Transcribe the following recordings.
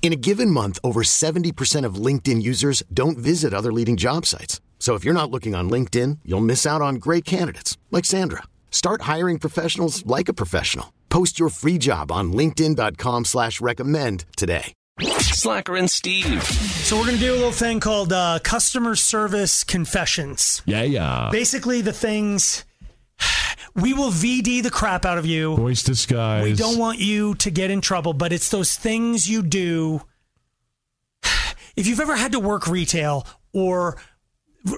In a given month, over 70% of LinkedIn users don't visit other leading job sites. So if you're not looking on LinkedIn, you'll miss out on great candidates like Sandra. Start hiring professionals like a professional. Post your free job on linkedin.com slash recommend today. Slacker and Steve. So we're gonna do a little thing called uh, customer service confessions. Yeah, yeah. Basically, the things we will VD the crap out of you. Voice disguise. We don't want you to get in trouble, but it's those things you do. If you've ever had to work retail or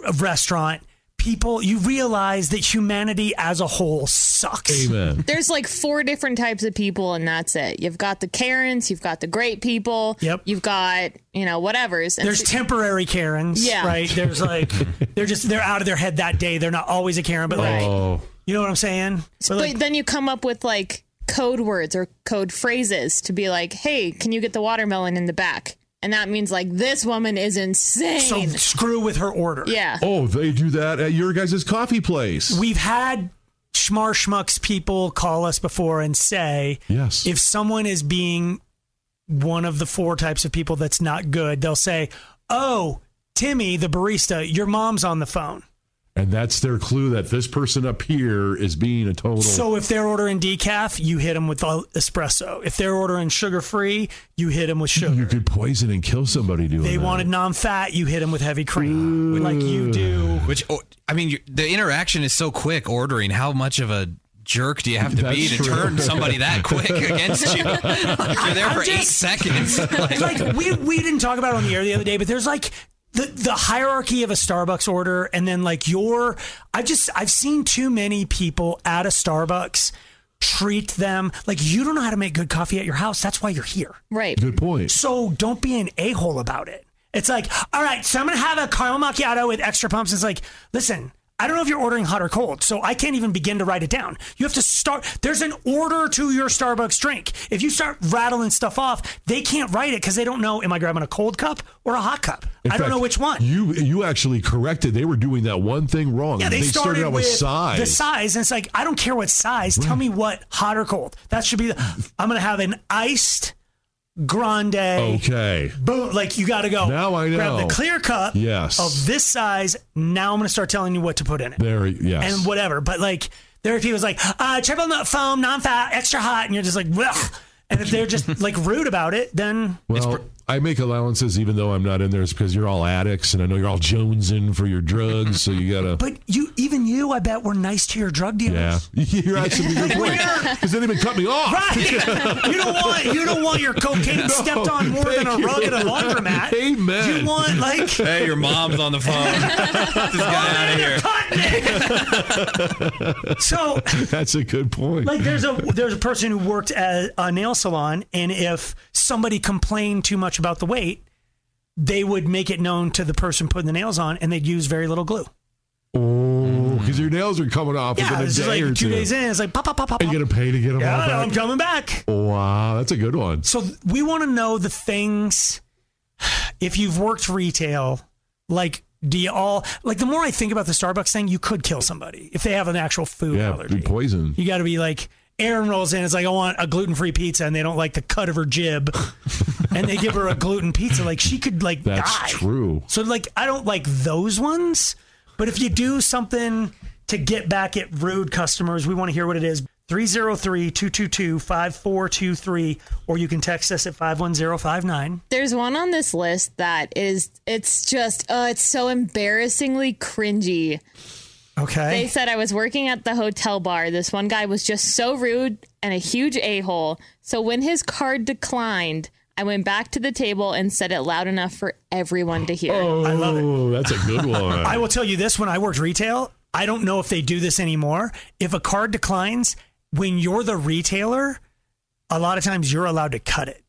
a restaurant, people, you realize that humanity as a whole sucks. Amen. There's like four different types of people, and that's it. You've got the Karens, you've got the great people, Yep. you've got you know whatever's. And There's so- temporary Karens, Yeah. right? There's like they're just they're out of their head that day. They're not always a Karen, but like Right. Oh, you know what I'm saying? But but like, then you come up with like code words or code phrases to be like, hey, can you get the watermelon in the back? And that means like this woman is insane. so screw with her order. yeah. oh, they do that at your guys' coffee place. We've had schmar schmucks people call us before and say yes. if someone is being one of the four types of people that's not good, they'll say, Oh, Timmy, the barista, your mom's on the phone. and that's their clue that this person up here is being a total. So if they're ordering decaf, you hit them with the espresso. If they're ordering sugar free, you hit them with you sugar. could poison and kill somebody doing They that. wanted non fat, you hit them with heavy cream. Like you do. Which oh, I mean, you the interaction is so quick. Ordering, how much of a jerk do you have to be That's to true. turn somebody that quick against you? Like, you're there for eight just- seconds. Like, like we we didn't talk about it on the air the other day, but there's like the the hierarchy of a Starbucks order, and then like your I just I've seen too many people at a Starbucks treat them like you don't know how to make good coffee at your house. That's why you're here. Right. Good point. So don't be an a hole about it. It's like, all right, so I'm gonna have a caramel macchiato with extra pumps. It's like, listen. I don't know if you're ordering hot or cold, so I can't even begin to write it down. You have to start. There's an order to your Starbucks drink. If you start rattling stuff off, they can't write it because they don't know. Am I grabbing a cold cup or a hot cup? In I don't fact, know which one. You you actually corrected. They were doing that one thing wrong. yeah, they, started, out with, size. The size, and it's like I don't care what size. Tell me what hot or cold. That should be. The, I'm gonna have an iced grande. Okay. boom like you gotta go Now I grab know. the clear cup Yes. of this size now i'm gonna start telling you what to put in it There. Yes. and whatever but like there are people like uh triple nut foam non-fat extra hot and you're just like Ugh. and if they're just like rude about it then Well, I make allowances even though I'm not in there. It's because you're all addicts, and I know you're all jonesing for your drugs. so you gotta. but you even you i bet were nice to your drug dealers Yeah, you're actually good point. Because then they even cut me off. Right. you don't want you don't want your cocaine stepped on more than a thank you. rug at a laundromat. Amen. You want like Oh, hey, your mom's on the phone. Get this guy out of here. so That's a good point. like there's a there's a person who worked at a nail salon and if somebody complained too much about the weight they would make it known to the person putting the nails on and they'd use very little glue oh, because your nails are coming off yeah within a it's day just like or two, two. days in it's like pop pop pop pop And pop. you gotta pay to get them yeah, all i'm back. coming back Wow, that's a good one. so th- we want to know the things if you've worked retail like do you all like the more i think about the starbucks thing you could kill somebody if they have an actual food Yeah, allergy be poison. You got to be like, Aaron rolls in. It's like, I want a gluten free pizza, and they don't like the cut of her jib, and they give her a gluten pizza. Like she could like That's die. true. So like, I don't like those ones. But if you do something to get back at rude customers, we want to hear what it is. 303-222-5423 or you can text us at 51059. There's one on this list that is it's just uh it's so embarrassingly cringy. Okay. They said I was working at the hotel bar. This one guy was just so rude and a huge a hole. So when his card declined, I went back to the table and said it loud enough for everyone to hear. Oh, I love it. that's a good one. I will tell you this when I worked retail, I don't know if they do this anymore. If a card declines, when you're the retailer, a lot of times you're allowed to cut it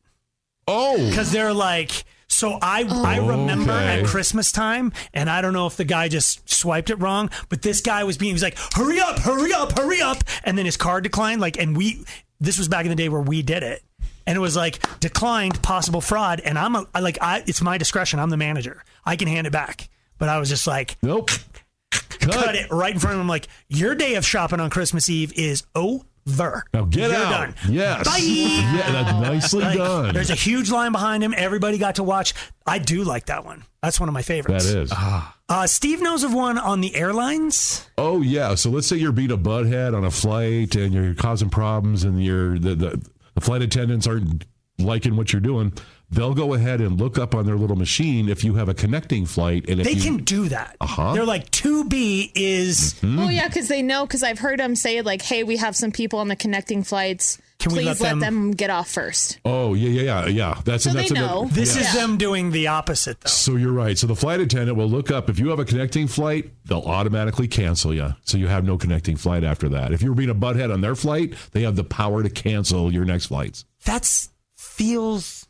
oh, because they're like, so I, I remember Okay. at Christmas time, and I don't know if the guy just swiped it wrong, but this guy was being, he was like, hurry up, hurry up, hurry up. And then his card declined. Like, and we, this was back in the day where we did it. And it was like declined possible fraud. And I'm a, I like, I, it's my discretion. I'm the manager. I can hand it back. But I was just like, nope. Cut. cut it right in front of him. Like your day of shopping on Christmas Eve is over. Now get You're out. Done. Yes. Bye. Yeah, that's nicely Like, done. There's a huge line behind him. Everybody got to watch. I do like that one. That's one of my that favorites. is. Uh, Steve knows of one on the airlines. Oh yeah. So let's say you're being a butthead on a flight and you're causing problems and you're the, the, the flight attendants aren't liking what you're doing. They'll go ahead and look up on their little machine if you have a connecting flight and if They you, can do that. Uh-huh. Mm-hmm. They're like to be is. Oh yeah, because they know. Because I've heard them say like, "Hey, we have some people on the connecting flights. Can we Please let let, them- them... get off first. Oh yeah yeah yeah yeah. That's So that's they another- know. This Yeah. is them doing the opposite though. So you're right. So the flight attendant will look up if you have a connecting flight, they'll automatically cancel you. So you have no connecting flight after that. If you were being a butthead on their flight, they have the power to cancel your next flights. That's feels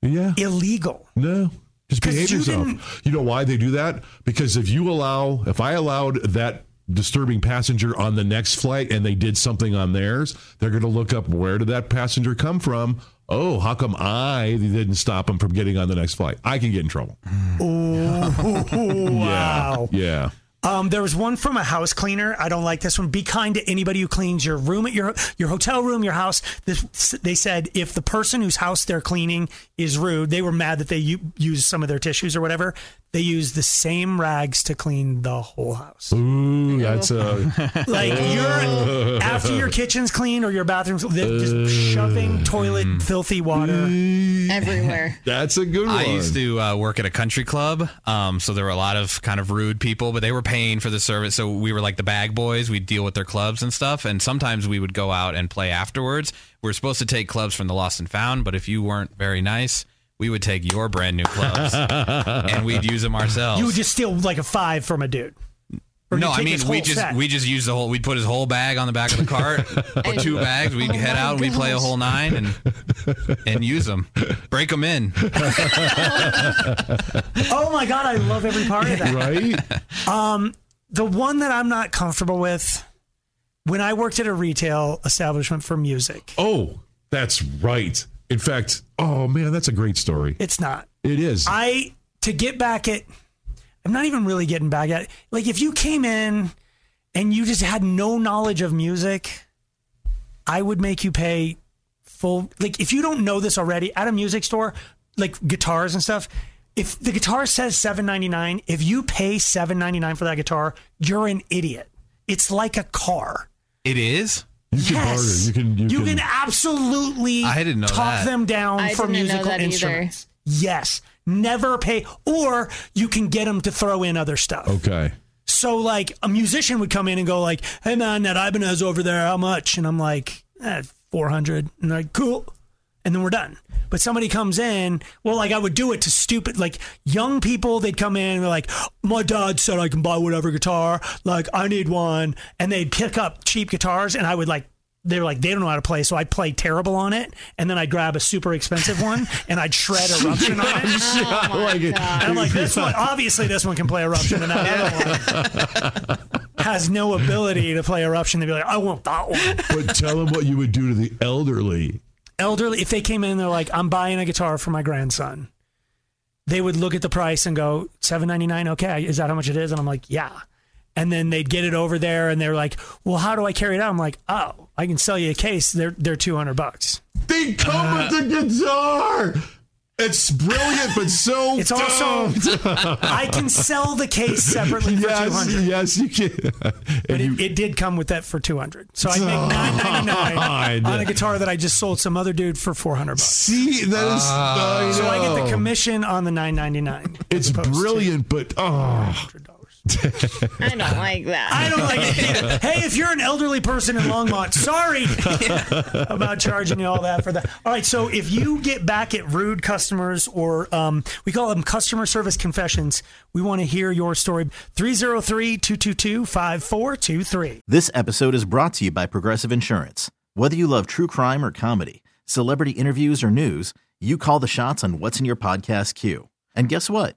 Yeah. illegal. No. Just 'Cause behave you yourself. didn't- You know why they do that? Because if you allow, if I allowed that disturbing passenger on the next flight and they did something on theirs, they're going to look up where did that passenger come from? Oh, how come I didn't stop him from getting on the next flight? I can get in trouble. Ooh, wow. Yeah. Um, there was one from a house cleaner. I don't like this one. Be kind to anybody who cleans your room at your your hotel room, your house. This, they said if the person whose house they're cleaning is rude, they were mad that they u- used some of their tissues or whatever. They use the same rags to clean the whole house. Ooh, that's a. Like you're after your kitchen's clean or your bathroom's they're just shoving toilet filthy water. everywhere. That's a good one. I used to uh, work at a country club, um, so there were a lot of kind of rude people, but they were paying for the service. So we were like the bag boys. We'd deal with their clubs and stuff, and sometimes we would go out and play afterwards. We were supposed to take clubs from the lost and found, but if you weren't very nice, we would take your brand new clubs and we'd use them ourselves. You would just steal like a five from a dude. Or no, you I take mean his we whole just set. we just used the whole. We'd put his whole bag on the back of the cart, put two bags. We'd Oh head my out and we'd play a gosh. whole nine and and use them, break them in. Oh my god, I love every part of that. Right? the one that I'm not comfortable with when I worked at a retail establishment for music, Oh, that's right. In fact, oh man, that's a great story. it's not. It is. I to get back at I'm not even really getting back at like if you came in and you just had no knowledge of music, I would make you pay full like if you don't know this already at a music store, like guitars and stuff, if the guitar says 7.99, if you pay 7.99 for that guitar, you're an idiot. It's like a car. It is. you can yes. barter. You can. You, can, absolutely I didn't know talk that. them down I for didn't know musical that either. instruments. Yes. Never pay, or you can get them to throw in other stuff. Okay. So, like, a musician would come in and go, like, "Hey man, that Ibanez over there, how much?" And I'm like, eh, 400 And they're like, "Cool," and then we're done. But somebody comes in, well, like I would do it to stupid, like young people. They'd come in and they're like, "My dad said I can buy whatever guitar. Like, I need one," and they'd pick up cheap guitars, and I would like. They were like, they don't know how to play, so I'd play terrible on it, and then I'd grab a super expensive one and I'd shred eruption on it. Oh I like it. And I'm like, this one, obviously, this one can play Eruption, and that other one has no ability to play Eruption. They'd be like, I want that one. But tell them what you would do to the elderly. Elderly, if they came in and they're like, I'm buying a guitar for my grandson, they would look at the price and go, seven ninety nine. okay, is that how much it is? And I'm like, yeah. And then they'd get it over there, and they're like, "Well, how do I carry it out?" I'm like, "Oh, I can sell you a case. They're they're two hundred bucks. They come with the guitar. It's brilliant, but so It's also I can sell the case separately for two yes, hundred. yes, you can. But And you- it, it did come with that for two hundred. So I make nine ninety nine God. on a guitar that I just sold some other dude for four hundred bucks. see that is. I Ah. So I get know. the commission on the nine ninety nine. It's brilliant, but oh, dollars. I don't like that. I don't like it either. Hey, if you're an elderly person in Longmont, sorry about charging you all that for that. All right, so if you get back at rude customers or um, we call them customer service confessions, we want to hear your story. 303 222 5423. This episode is brought to you by Progressive Insurance. Whether you love true crime or comedy, celebrity interviews or news, you call the shots on what's in your podcast queue. And guess what?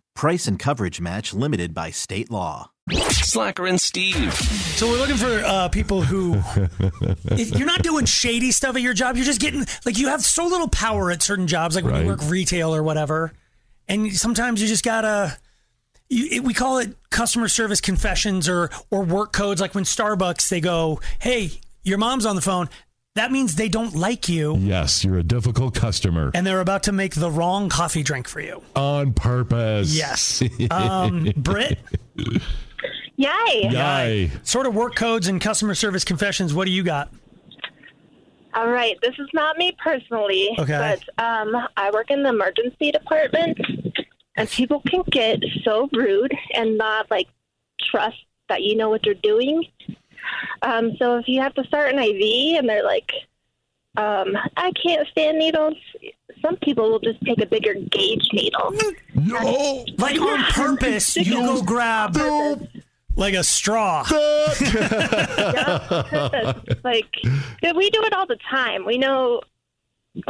Price and coverage match limited by state law. Slacker and Steve. So we're looking for uh, people who if you're not doing shady stuff at your job. You're just getting like you have so little power at certain jobs, like when you Right. work retail or whatever. And sometimes you just gotta. You, it, we call it customer service confessions or or work codes. Like when Starbucks, they go, "Hey, your mom's on the phone." That means they don't like you, Yes, you're a difficult customer and they're about to make the wrong coffee drink for you. on purpose. Yes. Um, Britt, Yay! Yay. sort of work codes and customer service confessions. What do you got? All right, this is not me personally, Okay. but um, I work in the emergency department, and people can get so rude and not like trust that you know what you're doing. Um, so if you have to start an IV and they're like, um, "I can't stand needles," some people will just take a bigger gauge needle. No. Like on purpose, you go grab like a straw. That's, like we do it all the time. We know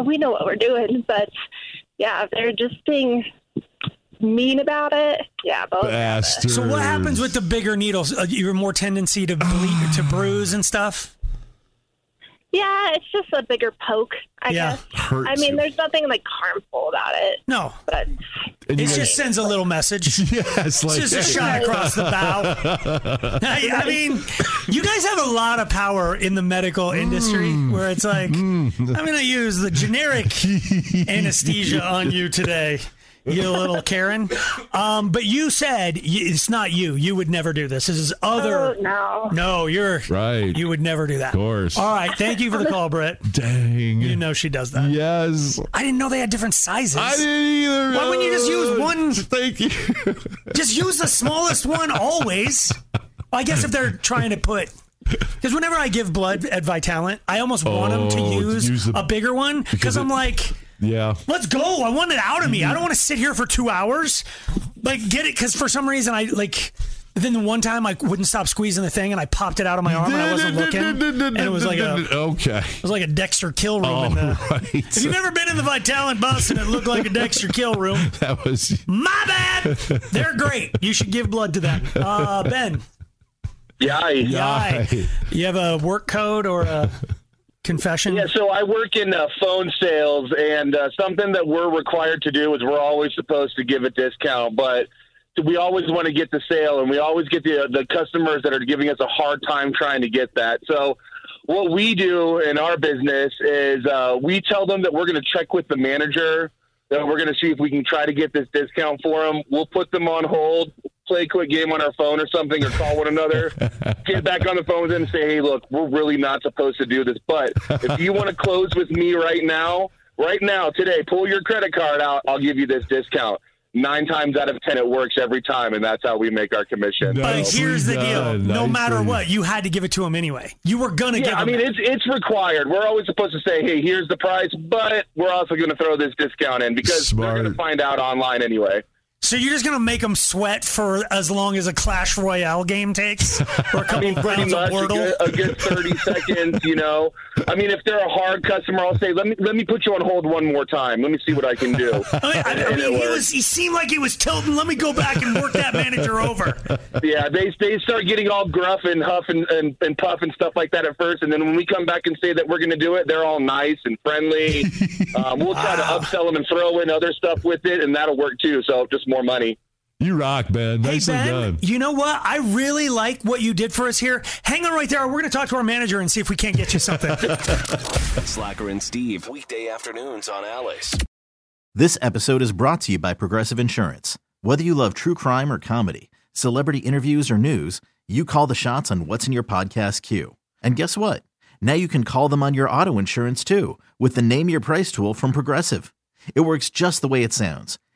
we know what we're doing, but yeah, if they're just being mean about it. Yeah, both. Bastards. So what happens with the bigger needles? Uh, You're more tendency to bleed, to bruise and stuff. Yeah, it's just a bigger poke, I Yeah. guess. Hurts I mean, you. there's nothing like harmful about it, No, but And it you just sends a little message. guys- yes, like It's just a shot across the bow. I, I mean, you guys have a lot of power in the medical Mm. industry where it's like, I'm going to use the generic anesthesia on you today, you little Karen. Um, but you said y- it's not you. You would never do this. This is oh other. no. No, you're Right. You would never do that. Of course. All right. Thank you for the call, Britt. dang. You know she does that. Yes. I didn't know they had different sizes. I didn't either. Why wouldn't you just use one? Thank you. Just use the smallest one always. I guess if they're trying to put. Because whenever I give blood at Vitalant, I almost want 'em want them Oh, to use, use the- a bigger one because because I'm it- like, Yeah. let's go. I want it out of me. I don't want to sit here for two hours. Like, get it? Because for some reason, I like. Then the one time I wouldn't stop squeezing the thing and I popped it out of my arm and I wasn't looking. and it was like a, it okay. was like a Dexter kill room. All in the, right. If you've ever been in the Vitalant bus and it looked like a Dexter kill room, That was my bad. They're great. You should give blood to them. Uh, ben, Yay. hi. You have a work code or a confession? Yeah, so I work in uh, phone sales, and uh, something that we're required to do is we're always supposed to give a discount, but we always want to get the sale, and we always get the uh, the customers that are giving us a hard time trying to get that. So, what we do in our business is uh, we tell them that we're going to check with the manager, that we're going to see if we can try to get this discount for them. We'll put them on hold, play a quick game on our phone or something, or call one another, get back on the phone with them and say, hey, look, we're really not supposed to do this. But if you want to close with me right now, right now, today, pull your credit card out. I'll give you this discount. Nine times out of 10, it works every time. And that's how we make our commission. No. But Nicely here's the deal. done, No nicely. matter what, you had to give it to him anyway. You were gonna give Yeah, him. I mean it's it. it's required. We're always supposed to say, "Hey, here's the price," but we're also going to throw this discount in because Smart. they're going to find out online anyway. so you're just gonna make him sweat for as long as a Clash Royale game takes, or a couple of pretty rounds of much a Wordle. good, a good 30 seconds you know i mean if they're a hard customer i'll say let me let me put you on hold one more time let me see what i can do I mean, I- I And it mean, he worked. was—he seemed like he was tilting. Let me go back and work that manager over. yeah they they start getting all gruff and huff and, and, and puff and stuff like that at first and then when we come back and say that we're going to do it they're all nice and friendly um, we'll try to upsell them and throw in other stuff with it and that'll work too so just more money you rock, man. Hey Nicely Ben, done. you know what? I really like what you did for us here. Hang on right there. We're going to talk to our manager and see if we can't get you something. Slacker and Steve. Weekday afternoons on Alice. This episode is brought to you by Progressive Insurance. Whether you love true crime or comedy, celebrity interviews or news, you call the shots on what's in your podcast queue. And guess what? Now you can call them on your auto insurance too with the Name Your Price tool from Progressive. It works just the way it sounds.